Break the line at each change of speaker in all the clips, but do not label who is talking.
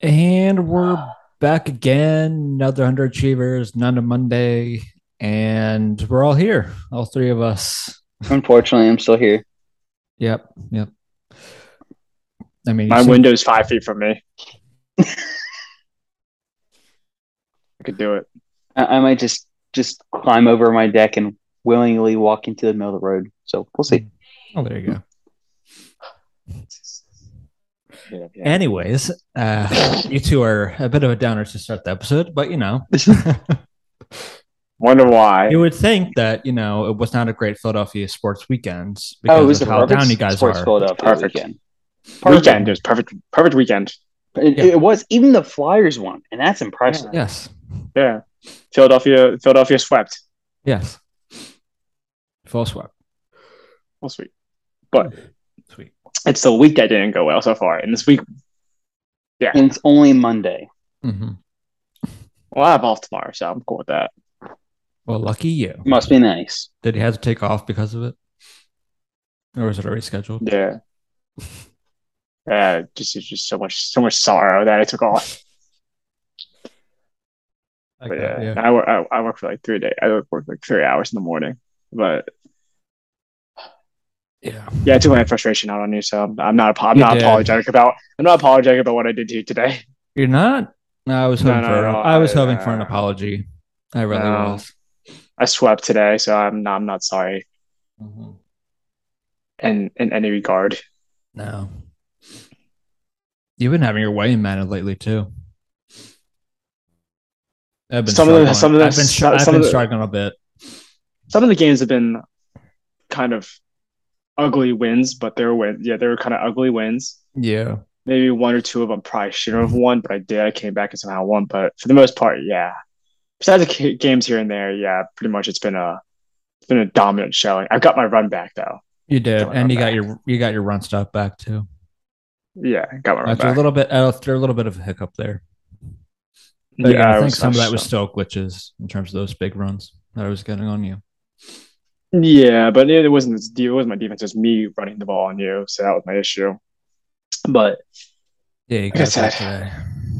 And we're back again. Another underachievers, none of Monday, and we're all here, all three of us.
Unfortunately, I'm still here.
Yep, yep. I mean,
My
you seem-
window's five feet from me. I could do it.
I, I might just just climb over my deck and willingly walk into the middle of the road. So we'll see.
oh, there you go.
Yeah,
Anyways, uh, you two are a bit of a downer to start the episode, but you know,
Wonder why?
you would think that you know it was not a great Philadelphia sports weekend
Oh,
because
it was the
of how
perfect
down you guys
sports
are.
Philadelphia
Perfect.
weekend.
Weekend. It was perfect. Perfect weekend.
It,
Yeah.
it was even the Flyers won, and that's impressive.
Yes,
Yeah. Philadelphia. Philadelphia swept.
yes. Full swap.
Well, sweet. But
Sweet.
it's the week that didn't go well so far, and this week
And it's only Monday.
hmm
well, I have off tomorrow, so I'm cool with that.
Well, lucky you.
Must be nice.
Did he have to take off because of it? Or was it already scheduled?
Yeah. Yeah, just it's just so much so much sorrow that I took off.
I
But
got it,
yeah, I work. I, I work for like three days. I work like three hours in the morning. But
yeah.
yeah, I took my frustration out on you, so I'm, I'm not. apo- I'm
You
not
did.
apologetic about. I'm not apologetic about what I did to you today.
You're not? No, I was
No,
hoping
no,
for
no,
I was
I-
hoping for an
uh,
apology. I really
no.
was.
I swept today, so I'm not. I'm not sorry Mm-hmm.
Mhm.
in in any regard.
No. You've been having your way in Madden lately too. I've been
Some of
struggling.
the- some of the-
I've been, str-
some
I've
of
been
the-
struggling a bit.
Some of the games have been kind of ugly wins, but they were win. Yeah, they were kind of ugly wins.
Yeah.
Maybe one or two of them probably shouldn't have won, but I did. I came back and somehow won. But for the most part, yeah. Besides the ca- games here and there, yeah, pretty much it's been a it's been a dominant showing. I've got my run back though.
You did.
Coming
And you got
back.
your you got your run stuff back too.
Yeah, got my run
After a
back.
little bit uh, after a little bit of a hiccup there. But
yeah,
again, I,
it
think
was-
some of that was
so-
still glitches in terms of those big runs that I was getting on you.
Yeah, but it wasn't this deal. It wasn't my defense. It was me running the ball on you, so that was my issue. But
Yeah, you
I
got that
said-
today.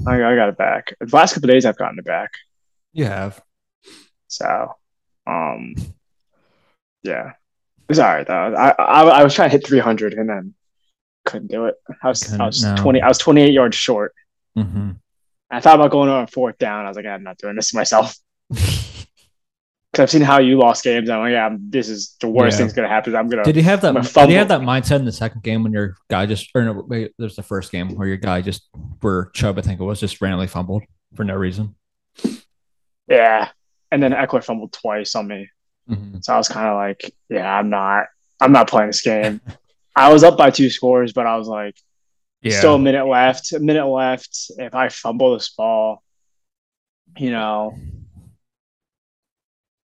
I, I got it back. The last couple of days, I've gotten it back.
You have.
So, um, yeah, it's all right though. I, I I was trying to hit 300 and then couldn't do it. I was,
Couldn't,
I was
no.
20. I was 28 yards short.
hmm
I thought about going on fourth down. I was like, I'm not doing this to myself Uh, because I've seen how you lost games. I'm like, yeah, I'm- this is the worst
Yeah.
thing's gonna happen. I'm gonna.
Did you have that?
My
Did you have that
fumble.
mindset in the second game when your guy just? Or no, wait, there's the first game where your guy just, where Chubb, I think it was, just randomly fumbled for no reason.
yeah, and then Eckler fumbled twice on me.
Mhm.
So I was kind of like, yeah, I'm not, I'm not playing this game. I was up by two scores, but I was like, still a minute left, a minute left. If I fumble this ball, you know,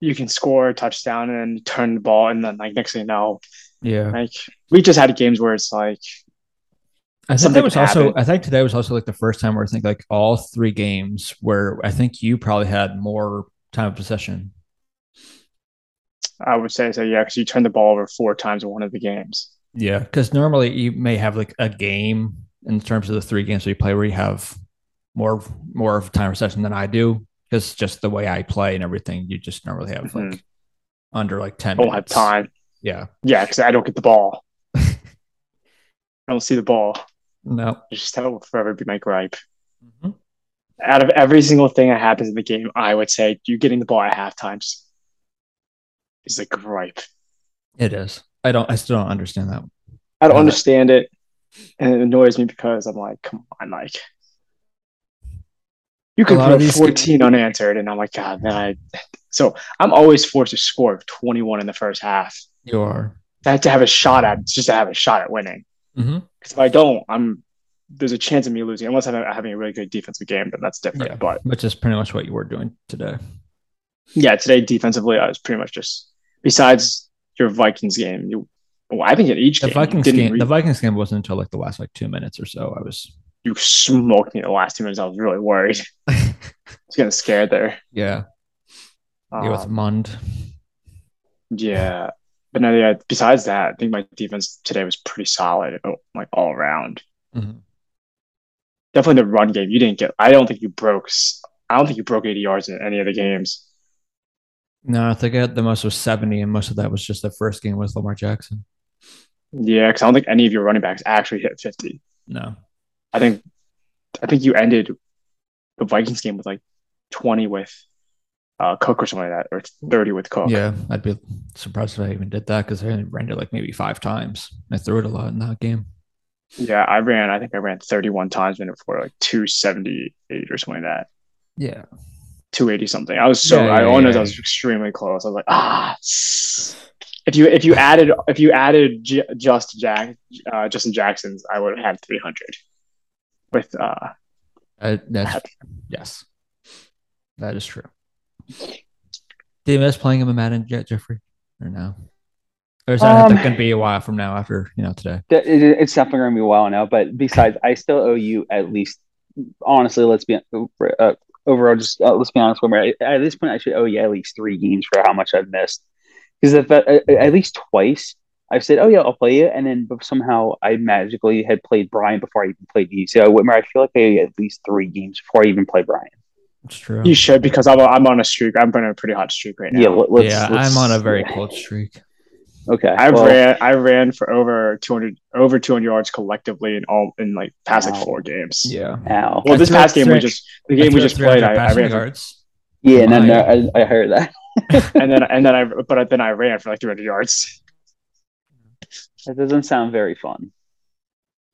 you can score a touchdown and then turn the ball, and then like next thing you know,
yeah.
like we just had games where it's like,
I think that
something
was also.
happened.
I think today was also like the first time where I think like all three games where I think you probably had more time of possession.
I would say, so yeah, because you turned the ball over four times in one of the games.
Yeah, because normally you may have like a game in terms of the three games we play where you have more more of time possession than I do because just the way I play and everything, you just normally have
Mhm.
like under like ten.
I don't have
minutes.
time.
Yeah.
Yeah, because I don't get the ball. I don't see the ball.
No.
Just that will forever be my gripe. Mm-hmm. out of every single thing that happens in the game, I would say you getting the ball at half times is a gripe.
It is. I don't. I still don't understand that.
I don't
Yeah.
understand it, and it annoys me because I'm like, come on, like you could
lot of
put
these-
14 unanswered, and I'm like, God, man. I... So I'm always forced to score 21 in the first half.
You are.
I have to have a shot at just to have a shot at winning.
hmm
Because if I don't, I'm there's a chance of me losing unless I'm having a really good defensive game, then that's different.
Yeah.
But
Which is pretty much what you were doing today.
yeah, today defensively, I was pretty much just besides your Vikings game. You, well, I think in each
The
game,
Vikings
you, didn't
game.
re-
the Vikings game wasn't until like the last like two minutes or so. I was.
you smoked me the last two minutes. I was really worried. I was getting scared there.
Yeah. it was
Um,
Mund.
yeah, but no, yeah. Besides that, I
Mm-hmm.
think my defense today was pretty solid, oh, like all around.
Mhm.
definitely the run game. You didn't get. I don't think you broke. I don't think you broke 80 yards in any of the games.
No, I think I had the most was 70, and most of that was just the first game with Lamar Jackson.
Yeah, because I don't think any of your running backs actually hit 50.
No,
I think, I think you ended the Vikings game with like 20 with uh, Cook or something like that, or 30 with Cook.
Yeah, I'd be surprised if I even did that because I only ran it like maybe five times. I threw it a lot in that game.
Yeah, I ran. I think I ran 31 times in it for like 278 or something like that.
Yeah.
280 something. I was so
Yeah,
I
yeah,
almost
yeah.
I was extremely close. I was like, ah. If you if you added if you added J- just Jack uh, Justin Jackson's, I would have had 300 with uh,
I, that's yes, that is true. Do you miss playing him in Madden yet, Jeffrey? Or no? Or is that
Um,
going to be a while from now? After you know today,
Th- it- It's definitely going to be a while now. But besides, I still owe you at least, honestly, let's be uh, overall, just uh, let's be honest with me. At this point, I should owe you at least three games for how much I've missed. Because if uh, at least twice I've said, oh, yeah, I'll play you. And then but somehow I magically had played Brian before I even played you. So, Whitmer, I feel like I owe you at least three games before I even play Brian.
it's true.
you should because I'm, I'm on a streak. I'm on a pretty hot streak right now.
Yeah, let, let's,
yeah,
let's-
I'm on a very cold streak.
Okay.
I
well,
ran I ran for over 200 over 200 yards collectively in all in like past
Wow.
like four games.
Yeah,
ow.
Well,
I
this
threw
past
it
game we
three-
just the game we just played. I, I ran for
yards.
Yeah, no,
my-
no, I, I heard that.
and then and then I but then I ran for like 300 yards.
That doesn't sound very fun.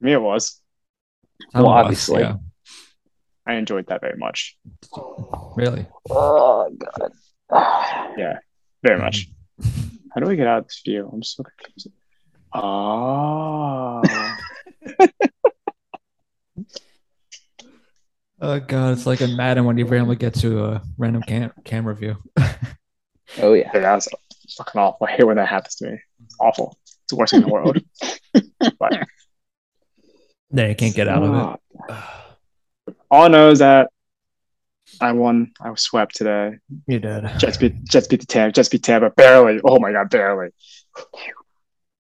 For me, it was.
Some
Well,
of us,
obviously.
yeah.
I enjoyed that very much,
Really?
Oh, God.
very much. How do we get out of this view? I'm so confused. Oh,
Oh god, it's like in Madden when you randomly get to a random cam- camera view.
Oh, yeah.
Dude, that was fucking awful. I hate when that happens to me. It's awful. It's the worst thing in the world. but
Then you can't get out of
it.
it.
Ah. All I know is that I won. I was swept today.
You did.
Jets beat Jets beat the Tampa. Jets beat Tampa barely. Oh my god, barely.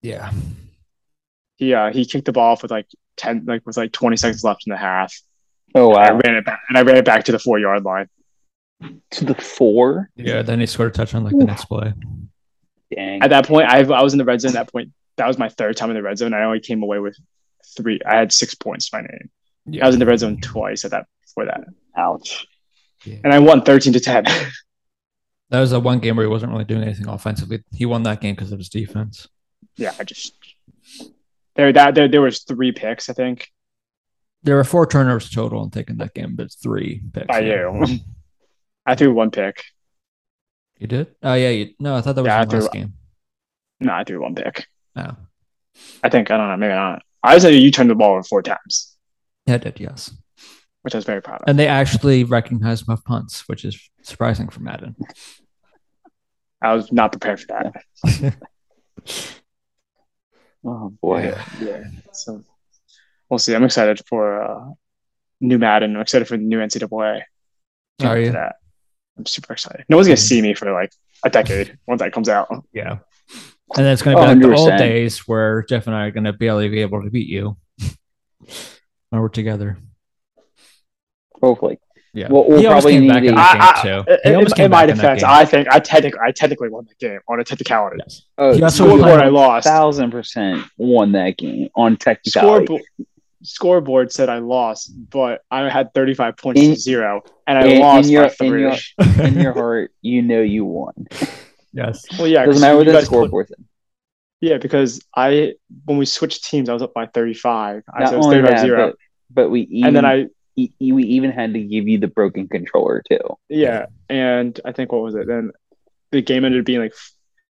Yeah.
He uh, he kicked the ball off with like ten, like with like twenty seconds left in the half.
Oh,
I
wow.
ran it back, and I ran it back to the four yard line.
To the four?
Yeah. Then he scored a touchdown like the next play.
Dang.
At that point, I I was in the red zone. At that point, that was my third time in the red zone. I only came away with three. I had six points to my name. I was in the red zone twice at that for that,
Ouch.
and I won thirteen to ten.
That was the one game where he wasn't really doing anything offensively. He won that game because of his defense.
yeah, I just there that there there was three picks I think
There were four turnovers total in taking that game, but three picks.
by
yeah.
you. I threw one pick.
You did? Oh yeah. You, no, I thought that was
Yeah,
in
I
the
threw-
last game. Oh.
No, I threw one pick.
No,
I think I don't know. Maybe not. I was like, you turned the ball over four times,
yeah, I did. Yes.
which I was very proud of.
And they actually recognized my punts, which is surprising for Madden.
I was not prepared for that.
Oh, boy.
Yeah. So we'll see. I'm excited for uh, new Madden. I'm excited for the new NCAA. Can't
Are
wait for
you? Mm.
That. I'm super excited. No one's gonna see me for like a decade once that comes out.
Yeah. And then it's
Oh,
going to be like the old
100%.
days where Jeff and I are going to barely be able to beat you when we're together.
Hopefully.
Yeah.
Well, we'll
he almost
probably
came
need
back in
to-
that
I-
game, too. He
In,
almost
in
came
my
back in that
defense,
game.
I think I technically I technically won that game on a technicality.
Yes.
Oh,
He also
scoreboard,
Scoreboard, I
played-
lost.
thousand percent won that game on technicality.
Scoreboard, scoreboard said I lost, but I had 35 points
In-
to zero, and I
in- in
lost
your-
by
in
three.
your- In your heart, you know you won.
yes.
well, yeah,
Doesn't
'cause
matter what
you
that
guys-
scoreboard is.
Yeah, because I when we switched teams, I was up by 35. I
Not
said it was
only
35
that,
zero.
but, but we even
And then I
e- we even had to give you the broken controller too.
Yeah, and I think what was it? Then the game ended up being like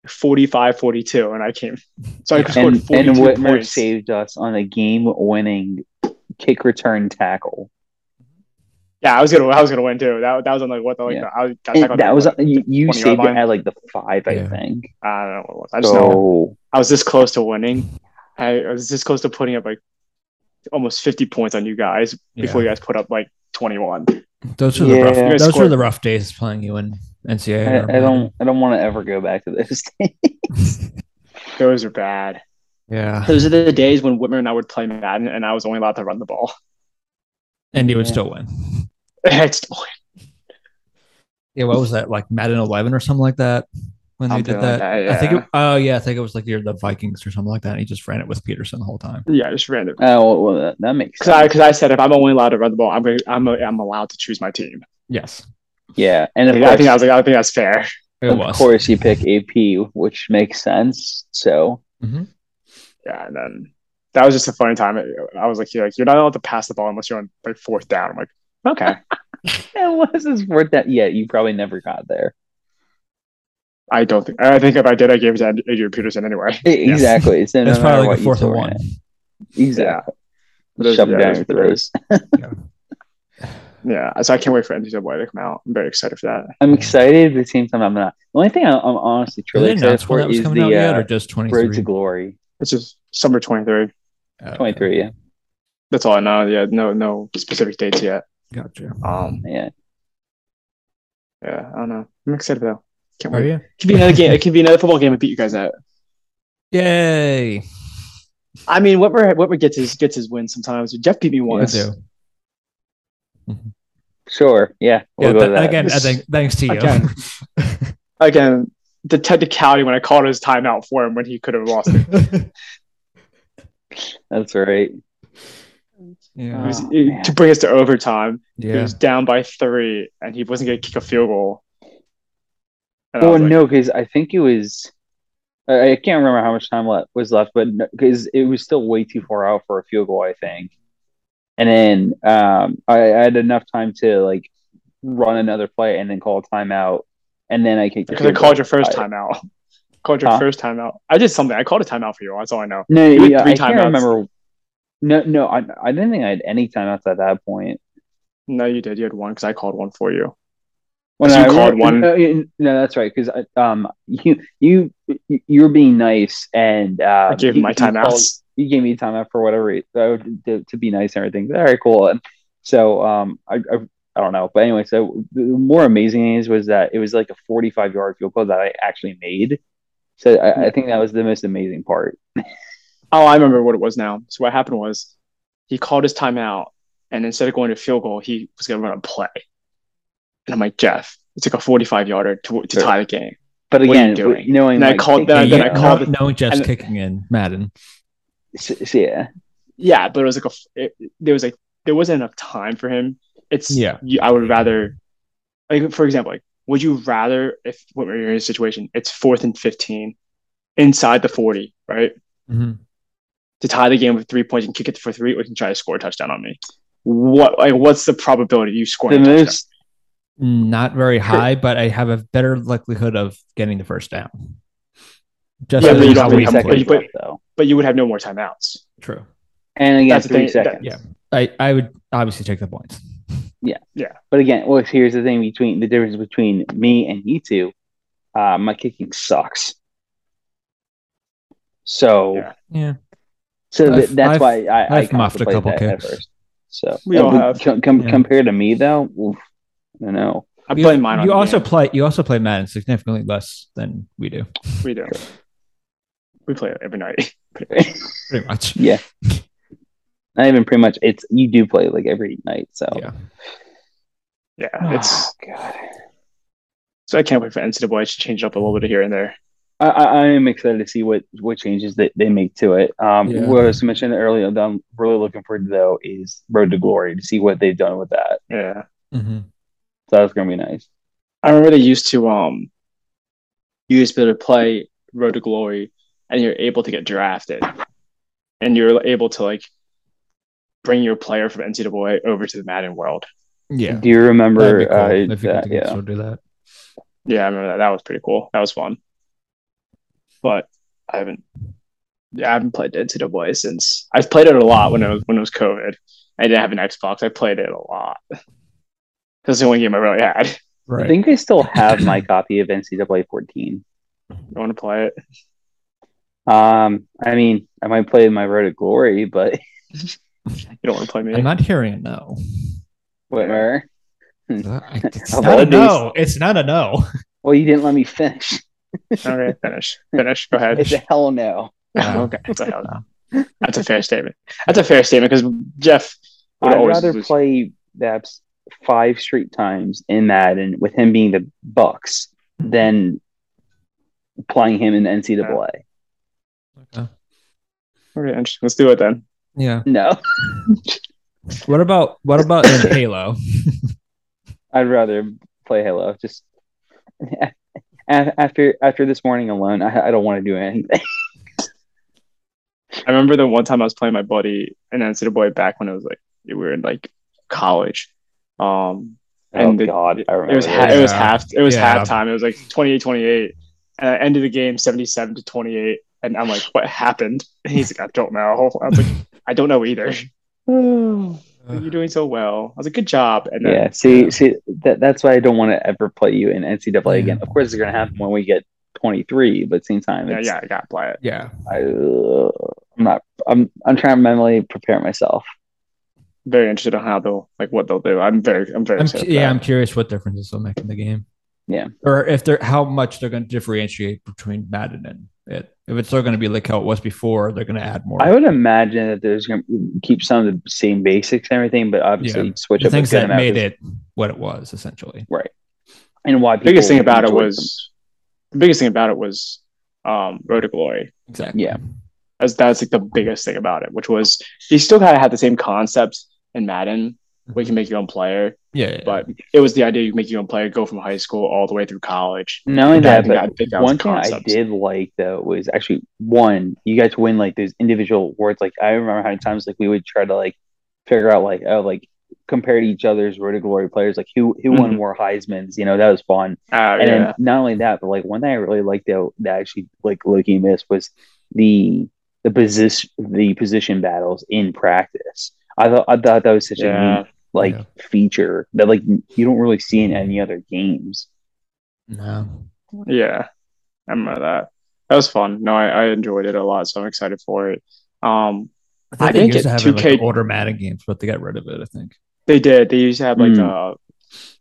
45-42, and I came. So I
Yeah.
scored
And,
forty-two
and Whitmer
points.
saved us on a game-winning kick return tackle.
Yeah, I was gonna, I was gonna win too. That, that was on like what the like
Yeah.
the, I was- got
And
back on
that
the-
was you, you
20-yard
saved it
line.
at like the five, I
Yeah.
think.
I don't know what it was. I just know
So
I was this close to winning. I, I was this close to putting up like almost fifty points on you guys before you guys put up like twenty-one.
Those were the
Yeah.
rough.
You
guys
Those were
scored-
the rough days playing you in NCAA.
I,
or
I don't, I don't want to ever go back to this.
Those are bad.
Madden. Yeah.
Those are the days when Whitmer and I would play Madden, and I was only allowed to run the ball.
and you would still win.
I'd still win.
Yeah, what was that like Madden 11 or something like that when they
Something
did that?
like that,
I think
yeah.
it, oh yeah, I think it was like you're the Vikings or something like that. And he just ran it with Peterson the whole time.
Yeah, just random.
Oh, well, that, that makes
Because I,
sense.
cause I said if I'm only allowed to run the ball, I'm gonna, I'm, I'm allowed to choose my team.
Yes,
yeah, and of
Like, I
course,
think I was like, I think that's fair.
it
of
was.
course, you pick AP, which makes sense. So
Yeah, and then that was just a funny time. I was like, you're like, you're not allowed to pass the ball unless you're on like fourth down. I'm like, okay,
unless it's worth that, yeah, you probably never got there.
I don't think. I think if I did, I gave it to Adrian Peterson anyway.
E- Exactly. So no
It's
matter
probably like
what,
a
you
fourth
still
and
ran
one.
it. Exactly.
Those-
Shove it
yeah,
down
those
your
were the-
throats.
Yeah, so I can't wait for NCAA to come out. I'm very excited for that.
I'm excited, but at the same time, I'm not. The only thing I'm, I'm honestly
Did
truly
they
excited
announce
for
when that was
is
coming out yet, or
the
just
uh, Road to
23?
Glory
It's just summer 23.
Uh,
23. Yeah,
That's all I know. Yeah, no, no specific dates yet.
Gotcha.
Um,
yeah.
yeah, I don't know. I'm excited though. Can't
Are
wait. It
you?
could be another game. It could be another football game. I beat you guys at.
Yay!
I mean, Whitmer Whitmer gets his gets his win sometimes. Jeff beat me
You
once.
do.
Sure. Yeah.
Yeah,
We'll go
th-
with that.
again, I think thanks to you.
Again. Again, the technicality when I called his timeout for him when he could have lost it.
That's right.
It
yeah.
was-
Oh,
it-
man.
to bring us to overtime, he
yeah.
was down by three, and he wasn't going to kick a field goal. And I
Well,
was like,
Oh, no, because I think it was. I I can't remember how much time left was left, but because it was still way too far out for a field goal, I think. And then um, I, I had enough time to like run another play and then call a timeout, and then I kicked. the
Because I
field
called
goal.
your first
I-
timeout. called your
Huh?
first timeout. I did something. I called a timeout for you. That's all I know.
No,
You had
yeah,
three
I can't
timeouts.
remember. No, no, I, I didn't think I had any timeouts at that point.
No, you did. You had one because I called one for you.
When
So you
I
called one-
No, you- no, that's right. Because um, you you you were being nice, and uh,
I gave him
you-
my
you called-
timeouts.
you gave me time out for whatever reason to, to be nice and everything. All right, cool. And so um, I, I I don't know, but anyway, so the more amazing thing is was that it was like a 45 yard field goal that I actually made. So I, I think that was the most amazing part.
Oh, I remember what it was now. So what happened was he called his timeout, and instead of going to field goal, he was going to run a play. And I'm like, Jeff, it's like a 45 yarder to, to tie the game.
But
What are you
again,
doing?
knowing
And I
like,
called-
yeah,
then- then I
yeah,
called-
no, knowing Jeff's
and-
kicking in Madden.
so- so yeah,
Yeah, but it was like a f- it, there was like there wasn't enough time for him. It's
Yeah.
You, I would rather like for example, like would you rather if when you're in a situation, it's fourth and 15 inside the 40, right?
Mhm.
to tie the game with three points and kick it for three, or you can try to score a touchdown on me. What like what's the probability of you
the
scoring a touchdown?
most
Not very high, but I have a better likelihood of getting the first down. Just
Yeah,
as
but you
how
don't
we
three
have-
played.
seconds
but-
left, though.
But you would have no more timeouts.
True.
And again,
That's the
three
thing, that-
seconds.
Yeah. I, I would obviously take the points.
But again, well, here's the thing between the difference between me and you two. Uh, my kicking sucks. So,
Yeah.
Yeah.
so th-
I've-
that's
I've-
why I,
I've
I
muffed a
contemplate
couple
that at
kicks.
first. So,
We all
but
have.
com- com-
Yeah.
compared to me though, oof, I don't know.
I'm
You-
playing mine. On E
You
the
also
game.
play. You also play Madden significantly less than we do,
we do. We play it every night.
pretty much.
Yeah. Not even pretty much. It's you do play like every night. So,
Yeah.
Yeah,
Ah,
it's
it's
God.
so I can't wait for NCAA to change it up a little bit here and there.
I, I, I am excited to see what, what changes that they make to it. Um,
Yeah.
What I was mentioned earlier, that I'm really looking forward to though is Road to Glory to see what they've done with that.
Yeah,
Mhm.
So that's gonna be nice.
I remember they used to um, you used to be able to play Road to Glory, and you're able to get drafted, and you're able to like bring your player from NCAA over to the Madden world.
Yeah.
Do you
That'd
remember?
be cool
uh,
if you could
that-
do-
yeah.
still do that.
Yeah, I remember that. That was pretty cool. That was fun. But I haven't, yeah, I haven't played NCAA since I played it a lot when it was when it was COVID. I didn't have an Xbox. I played it a lot. That's the only game I really had.
Right.
I think I still have my copy of NCAA 14.
I want to play it.
Um, I mean, I might play my Road to Glory, but
You don't want to play me.
I'm not hearing a no.
whatever.
I- It's
Of
not
all
a no. It's not a no.
Well, you didn't let me finish.
okay, finish, finish. Go ahead.
It's a hell no.
Yeah.
okay, that's a hell no. That's a fair statement. That's a fair statement because Jeff,
I'd
always
rather
lose.
play Vaps five straight times in that, and with him being the Bucks, than playing him in the NCAA.
Very interesting. Let's do it then.
Yeah.
No,
What about what about in Halo?
I'd rather play Halo. Just a- after after this morning alone, I, I don't want to do anything.
I remember the one time I was playing my buddy in NCAA back when it was like we were in like college. Um,
Oh
and the-
God, I remember.
it was ha-
this.
it was
Oh, Yeah.
half it was
Yeah.
halftime. It was like 28-28. and I ended the game seventy seven to twenty eight. And I'm like, what happened? And he's like, I don't know. I was like, I don't know either.
Uh,
You're doing so well. I was like, good job. And then,
Yeah, see, see, that that's why I don't want to ever play you in NCAA again. Of course, it's gonna happen when we get 23, but same time,
yeah,
it's,
yeah, I got to play it.
yeah.
I, uh, I'm not. I'm I'm trying to mentally prepare myself.
Very interested in how they'll like what they'll do. I'm very, I'm very.
I'm
excited
cu-
for
yeah,
that.
I'm curious what differences they'll make in the game.
Yeah.
Or if they're how much they're going to differentiate between Madden and it. If it's still going to be like how it was before, they're going to add more.
I would imagine that there's gonna keep some of the same basics and everything, but obviously
Yeah.
switch
the
up a
things
good
that
amount
made
of-
it what it was essentially.
and why.
The
people
biggest thing about it
enjoyed
was the biggest thing about it was um Road to Glory.
Exactly.
Yeah.
That's that's like the biggest thing about it, which was you still kind of had the same concept in Madden where you can make your own player,
Yeah. yeah, yeah.
but it was the idea you make your own player go from high school all the way through college.
them. not only
Yeah, I
that,
think I
but
think that was
one
the
thing I
concept.
did like though was actually one. You guys win like those individual awards. Like I remember how many times like we would try to like figure out like oh like compare to each other's Road to Glory players like who who won
Mhm.
more Heisman's. You know that was fun.
Uh,
And
yeah.
then not only that, but like one thing I really liked that that actually like Loki missed was the the position the position battles in practice. I thought I thought that was such a
yeah.
neat like
Yeah.
feature that like you don't really see in any other games.
No.
Yeah, I remember that. That was fun. No, I, I enjoyed it a lot, so I'm excited for it. Um,
I think
I
they
think
used to
it-
have it in, like,
2K
the older Madden games, but they got rid of it. I think.
they did. They used to have like
Hmm.
Mm.
uh,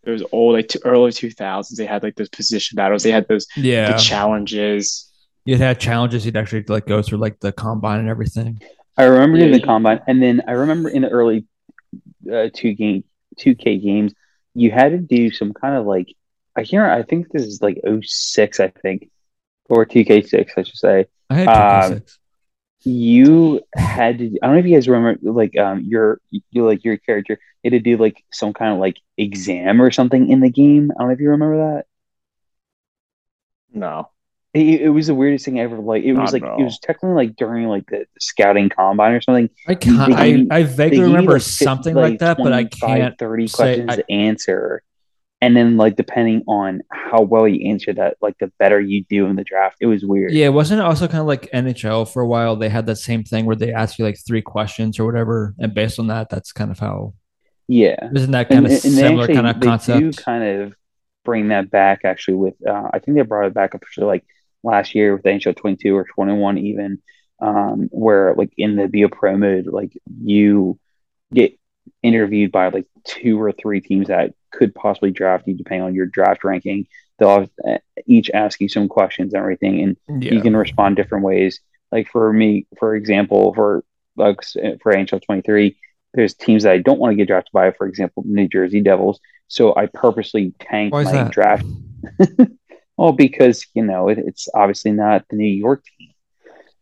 it was old like t- early 2000s. They had like those position battles. They had those
Yeah.
the challenges.
You'd have challenges. You'd actually like go through like the combine and everything.
I remember
Yeah,
in the
you-
combine, and then I remember in the early uh, two game two K games, you had to do some kind of like I hear I think this is like 06, I think or two K six I should say.
I had
Um,
2K6.
you had to i don't know if you guys remember like um your you like your character had to do like some kind of like exam or something in the game i don't know if you remember that
No,
it, it was the weirdest thing ever like it was
Not
like
at
it was technically like during like the scouting combine or something
I can't.
they
I,
gave-
I
They
vaguely
gave you,
remember
si-
something like, that, but I
25,
can't.
30
say-
questions
I-
to answer and then like depending on how well you answer that like the better you do in the draft it was weird
Yeah, wasn't it also kind of like NHL for a while? They had that same thing where they asked you like three questions or whatever, and based on that, that's kind of how.
yeah
Isn't that kind of
they
similar kind of
they do
concept?
kind of bring that back actually with uh, I think they brought it back up to like last year with NHL 22 or 21 even um, where like in the be a pro mode like you get interviewed by like two or three teams that could possibly draft you depending on your draft ranking they'll uh, each ask you some questions and everything and you
yeah,
can respond different ways. Like for me, for example, for like s- for NHL 23, there's teams that I don't want to get drafted by. For example, New Jersey Devils. So I purposely tanked
Why is
my
that?
draft. well, because you know it, it's obviously not the New York team.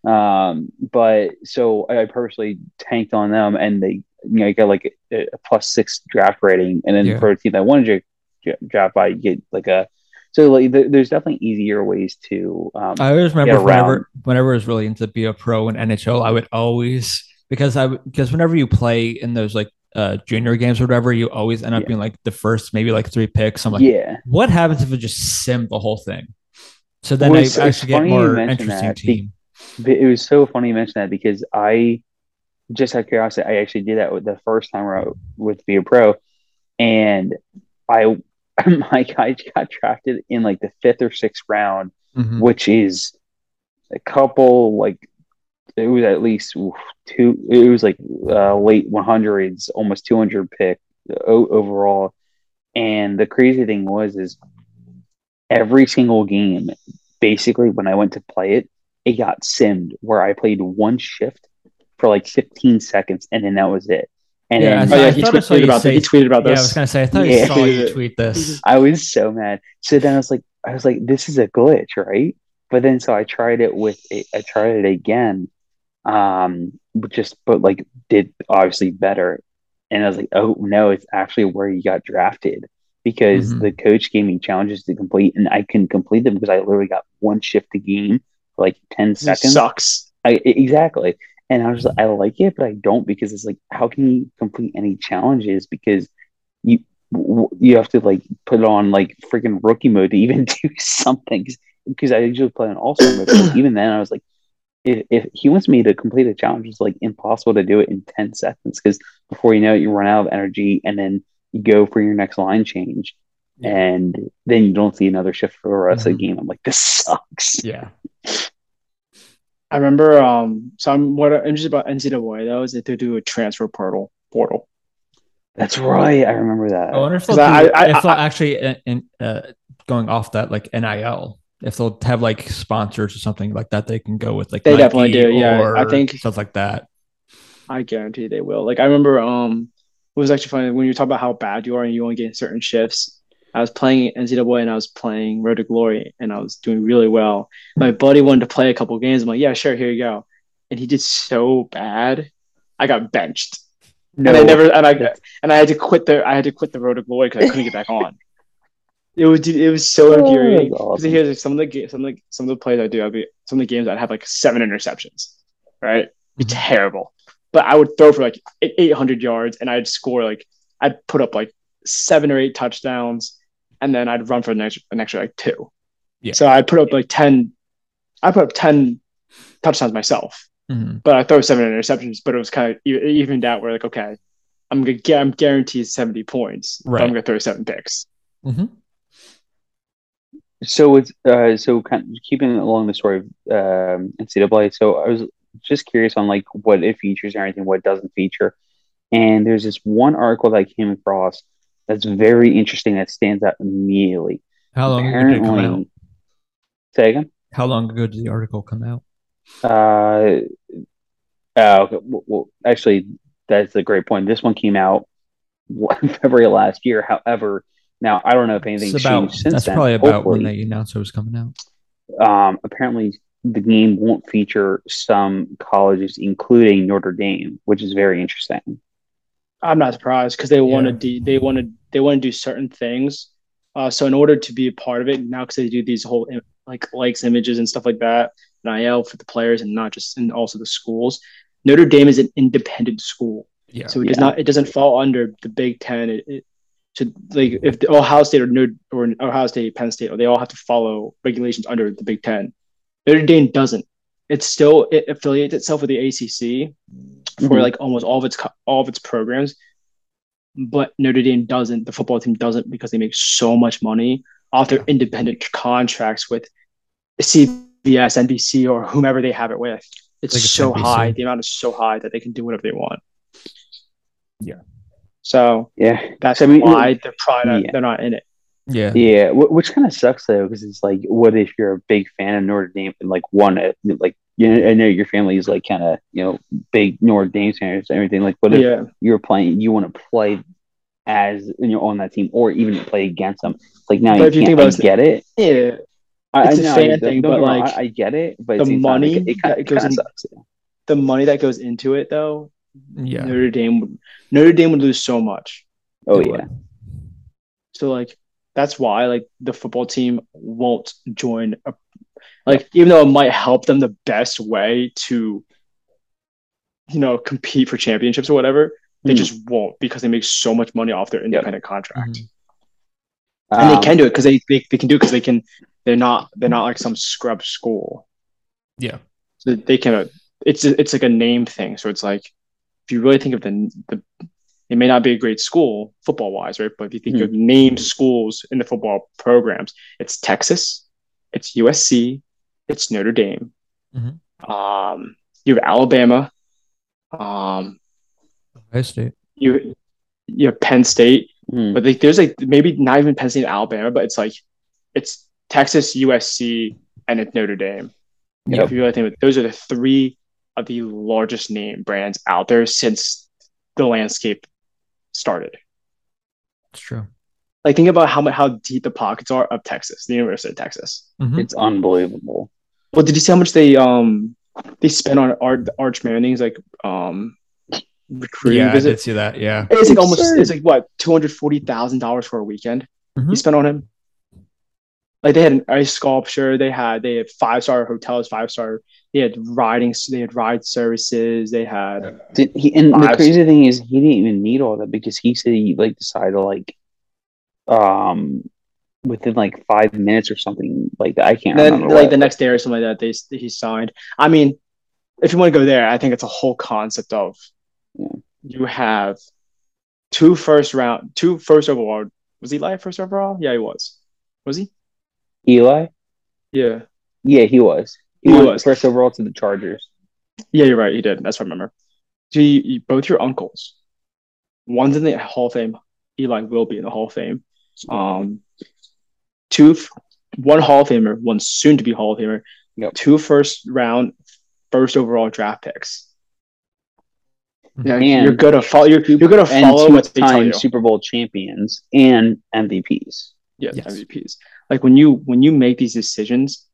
Um, but so I purposely tanked on them, and they you know you got like a, a plus six draft rating, and then
Yeah.
for a team that wanted to draft by, you get like a. So like, there- there's definitely easier ways to. Um,
I always remember
Yeah, round.
whenever whenever I was really into be a pro in NHL, I would always because I would because whenever you play in those like uh junior games or whatever, you always end up
Yeah.
being like the first maybe like three picks. I'm like,
yeah.
what happens if it just sim the whole thing? So then
Well,
I
it's-
actually
it's
get
funny you
more
mention
interesting
that, be-
team.
But it was so funny you mentioned that because I just out of curiosity, I actually did that with the first time around with Be a Pro, and I my guy got drafted in like the fifth or sixth round,
Mhm.
which is a couple like it was at least oof, two. It was like uh, late one hundreds, almost two hundred pick o- overall. And the crazy thing was is every single game, basically when I went to play it, it got simmed where I played one shift for like 15 seconds and then that was it. And
Yeah,
then,
I-
oh,
I
yeah, he,
thought I
tweeted
saw you
about
say-
he tweeted about
Yeah, I was
this.
gonna say I thought I
Yeah.
saw you tweet this.
I was so mad. So then I was like, I was like, this is a glitch, right? But then so I tried it with it, I tried it again, um, but just but like did obviously better. And I was like, oh no, it's actually where you got drafted because
Mhm.
the coach gave me challenges to complete and I couldn't complete them because I literally got one shift a game for like ten
It
seconds.
sucks.
I, e- exactly. And I was like, I like it, but I don't because it's like, how can you complete any challenges? Because you w- you have to like put on like freaking rookie mode to even do something. Because I usually play on all star mode. But even then, I was like, if, if he wants me to complete a challenge, it's like impossible to do it in ten seconds. Because before you know it, you run out of energy, and then you go for your next line change,
Yeah.
and then you don't see another shift for the rest of
Mm-hmm.
Mhm.
the game. I'm like, this sucks.
Yeah.
I remember. Um, so I'm what I'm interested about NCAA though is that they do a transfer portal portal.
That's right. I remember that.
I wonder if
'Cause
they'll, do,
I- I-
if they'll
I-
actually in, in, uh, going off that like NIL, if they'll have like sponsors or something like that, they can go with like
They definitely
Nike
do, yeah.
or
I think-
stuff like that.
I guarantee they will. Like I remember um it was actually funny when you talk about how bad you are and you only get certain shifts. I was playing NCAA and I was playing Road to Glory and I was doing really well. My buddy wanted to play a couple games. I'm like, yeah, sure, here you go. And he did so bad, I got benched.
No,
And I never and I and I had to quit the I had to quit the Road to Glory because I couldn't get back on. It was dude, it was so
Oh, that's
infuriating. Because
awesome.
here's like, some of the ga- some of the some of the plays I do, I'd be some of the games I'd have like seven interceptions, right? Be
Mm-hmm.
Mhm.
terrible. But I would throw for like eight hundred yards, and I'd score like I'd put up like seven or eight touchdowns, and then I'd run for an extra, an extra like two.
Yeah.
So I put up like ten. I put up ten touchdowns myself,
Mhm.
but I throw seven interceptions. But it was kind of e- evened out. Where like okay, I'm gonna get I'm guaranteed seventy points. But
Right.
I'm gonna throw seven picks.
Mhm.
so it's uh, so kind of keeping along the story of um, NCAA. So I was just curious on like what it features and everything, what it doesn't feature. And there's this one article that I came across that's very interesting that stands out immediately.
How long ago did it come out?
Apparently, say again.
How long ago did the article come out?
Uh, oh, okay. Well, well, actually, that's a great point. This one came out February last year. However, now I don't know if anything's
It's about,
changed since
that's
then.
probably about when
Hopefully.
they announced it was coming out.
um, apparently the game won't feature some colleges, including Notre Dame, which is very interesting.
I'm not surprised because they want to
Yeah.
de- they want to they want to do certain things. Uh, so in order to be a part of it now, because they do these whole im- like likes images and stuff like that, NIL for the players and not just and also the schools. Notre Dame is an independent school,
Yeah.
so it does
Yeah.
not it doesn't fall under the Big Ten. It, it should like if the Ohio State or Notre or Ohio State, Penn State, they all have to follow regulations under the Big Ten. Notre Dame doesn't. It still it affiliates itself with the ACC for
Mhm.
like almost all of its co- all of its programs, but Notre Dame doesn't. The football team doesn't because they make so much money off their independent contracts with CBS, NBC, or whomever they have it with. It's
Like it's
so
NBC.
high. The amount is so high that they can do whatever they want.
Yeah.
So
Yeah,
that's
So, I mean,
why they're probably not,
yeah.
they're not in it.
Yeah.
yeah. wh- Which kind of sucks though, because it's like, what if you're a big fan of Notre Dame and like one, uh, like you know, I know your family is like kind of you know big Notre Dame fans and everything. Like, what if
yeah.
you're playing, you want to play as you know on that team, or even play against them? It's like now
But
you
if you
can't
think
I
about it-
get it.
Yeah.
I,
It's
I
a
know,
fan
don't-
thing,
don't
but,
get me wrong,
like,
I, I get it, but at
the
same time, like,
money
it, kind
that
of
goes in-
sucks.
The money that goes into it though,
Yeah.
Notre Dame would Notre Dame would lose so much.
Oh
It
yeah.
would.
So like that's why like the football team won't join a, like even though it might help them the best way to you know compete for championships or whatever, they
Mhm.
just won't because they make so much money off their independent contract.
Mhm.
And
Um,
they can do it because they, they they can do it because they can they're not they're not like some scrub school.
Yeah.
So they can it's it's like a name thing. So it's like if you really think of the the it may not be a great school football wise, right? But if you think of name schools in the football programs, it's Texas, it's USC, it's Notre Dame.
Mhm.
Um, you have Alabama. Um,
Ohio State.
you you have Penn State,
hmm.
but like there's like maybe not even Penn State, and Alabama, but it's like it's Texas, USC, and it's Notre Dame.
Yeah.
If you really think about it, those are the three of the largest name brands out there since the landscape started.
It's true.
Like think about how mu- how deep the pockets are of Texas, the University of Texas.
Mhm.
It's unbelievable.
Well, did you see how much they um they spent on Arch, Arch Manning's like um recruiting
Yeah, I
visit?
did see that. Yeah,
It's like almost
Absurd.
it's like what two hundred forty thousand dollars for a weekend
Mhm.
you spent on him. Like they had an ice sculpture, they had they had five star hotels, five star. They had riding, they had ride services, they had
Did he? And the
Lives.
crazy thing is, he didn't even need all that because he said he like decided to like, um, within like five minutes or something like that. I can't
then
remember.
like
what.
the next day or something like that. They he signed. I mean, if you want to go there, I think it's a whole concept of
Yeah.
you have two first round, two first overall. Was Eli first overall? Yeah, he was. Was he?
Eli.
Yeah.
Yeah, he was. He,
He
went
was.
first overall to the Chargers.
Yeah, you're right. He did. That's what I remember. Do you, you- both your uncles? One's in the Hall of Fame. Eli will be in the Hall of Fame. Um, two, f- one Hall of Famer, one soon to be Hall of Famer.
Yep.
Two first round, first overall draft picks. Yeah,
And-
you're gonna follow. You're, you're gonna follow
and
what they tell you.
two-time Super Bowl champions and MVPs.
Yes,
Yes.
MVPs. Like when you when you make these decisions,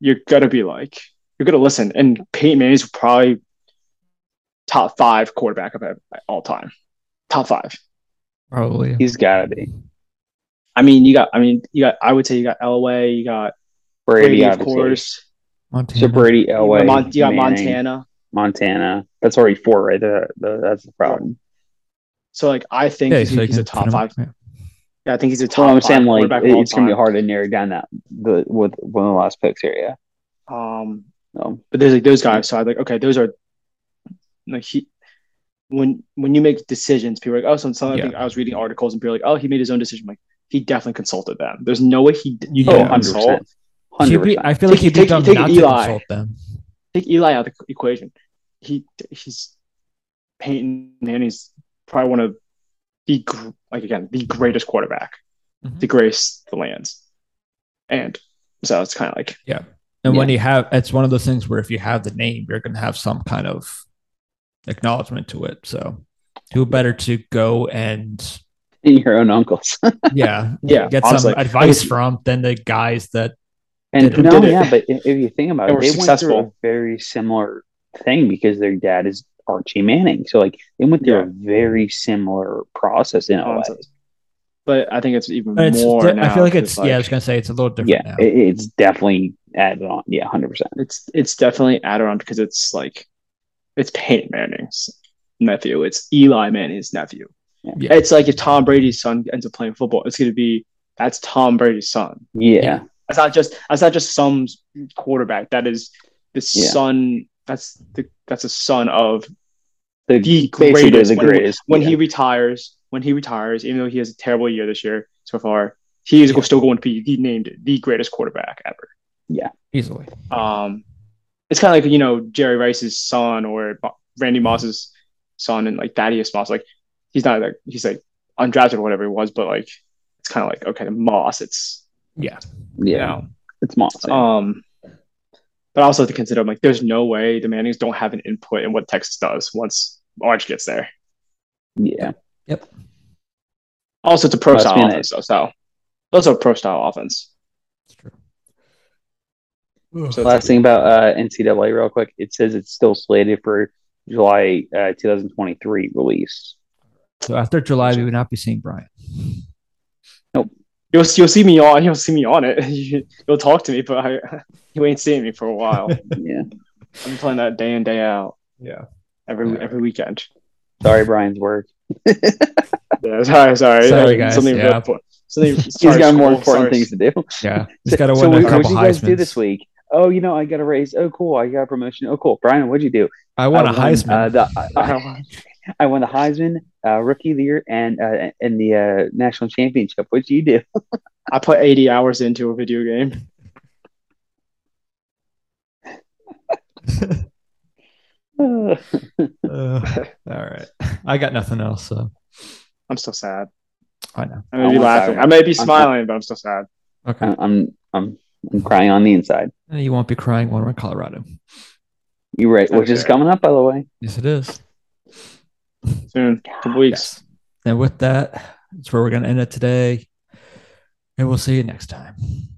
you're gonna be like you're gonna listen. And Peyton Manning's probably top five quarterback of ev- all time. Top five.
probably.
He's got to be
I mean, you got. I mean, you got. I would say you got Elway. You got
Brady,
Brady, of
obviously.
course.
Montana.
So Brady,
You got,
Elway,
Mon- you got
Manning,
Montana.
Montana. That's already four, right? there. The- that's the problem.
So like, I think
Yeah,
he's,
so you
he's
can
a
put
top
him-
five.
yeah.
Yeah, I think he's a top
Well, I'm
five
saying like
quarterback
it-
of all
it's gonna be
time.
hard to narrow down that the with one of the last picks here. Yeah.
Um,
No.
but there's like those guys. So I like okay, those are like he when when you make decisions, people are like oh, so some, I
Yeah.
think I was reading articles and people are like oh, he made his own decision. I'm like he definitely consulted them. There's no way he you
Yeah.
don't
Oh,
100%.
consult.
He'd be-
100%.
I feel like
Take-
he'd be
take-
dumb
take
not
Eli.
to insult them.
Take Eli out of the equation. He he's Peyton Manning's probably one of the gr- like again the greatest quarterback
Mhm.
to grace the lands, and so it's kind of like
And when you have, it's one of those things where if you have the name, you're going to have some kind of acknowledgement to it. So, who better to go and
Your own uncles.
yeah,
Yeah,
get
honestly.
some advice from than the guys that
And
Did it.
no,
Did it.
yeah, but if, if you think about
They
it,
were
they went through
successful.
a very similar thing because their dad is Archie Manning. So like they went through
Yeah.
a very similar process in a way.
nonsense. But I think it's even
but it's,
more.
I feel
now,
like
'cause,
it's yeah, I was going to say it's a little different
Yeah,
now.
it, it's definitely added on. Yeah, hundred percent.
It's it's definitely added on because it's like it's Peyton Manning's nephew. It's Eli Manning's nephew.
Yeah.
Yeah.
It's like if Tom Brady's son ends up playing football, it's gonna be that's Tom Brady's son.
Yeah,
Yeah.
That's not just that's not just some quarterback. That is the
Yeah.
son. That's the that's a son of
the,
the
basically
greatest.
the
When-
greatest.
When,
yeah.
he retires, when he retires, even though he has a terrible year this year so far, he is
Yeah.
still going to be the named the greatest quarterback ever.
Easily,
um, it's kind of like you know Jerry Rice's son or Mo- Randy Moss's son and like Thaddeus Moss. Like he's not like he's like undrafted or whatever he was, but like it's kind of like okay, Moss. It's
yeah,
yeah,
you know,
it's monster.
um, but I also have to consider like there's no way the Mannings don't have an input in what Texas does once Arch gets there.
yeah,
Also, it's a pro
Must be
style
an
offense, though, so that's a pro style offense.
it's true.
So
Last thing about uh, NCAA, real quick. It says it's still slated for July uh, 2023 release.
So after July, we would not be seeing Brian.
You'll you'll see me on you'll see me on it. you'll talk to me, but I, you ain't seeing me for a while.
Yeah,
I'm playing that day in day out
Yeah,
every
Yeah.
every weekend.
sorry, Brian's work.
Yeah, sorry, sorry,
Sorry, guys,
Something,
yeah.
real- something
He's
sorry,
got more
school,
important
sorry.
things to do.
yeah. He's got to
so
win
what,
a
what'd
couple
you guys do
Heisman.
this week? Oh, you know, I got a raise. Oh, cool. I got a promotion. Oh, cool. Brian, what'd you do?
I won
I
a Heisman.
Uh, the,
I
I,
don't know.
I won the Heisman, uh, Rookie of the Year, and uh, and the uh, National Championship. What'd you do?
I put 80 hours into a video game.
Uh,
Uh, all right, I got nothing else. So
I'm still sad.
I know.
I may be
I'm
laughing.
sorry.
I may be smiling, but I'm still sad.
Okay,
I- I'm I'm I'm crying on the inside.
And Eh, you won't be crying when we're in Colorado.
You right? Which is
Okay.
coming up, by the way.
Yes, it is.
soon, couple weeks.
Yes. And with that, that's where we're going to end it today. And we'll see you next time.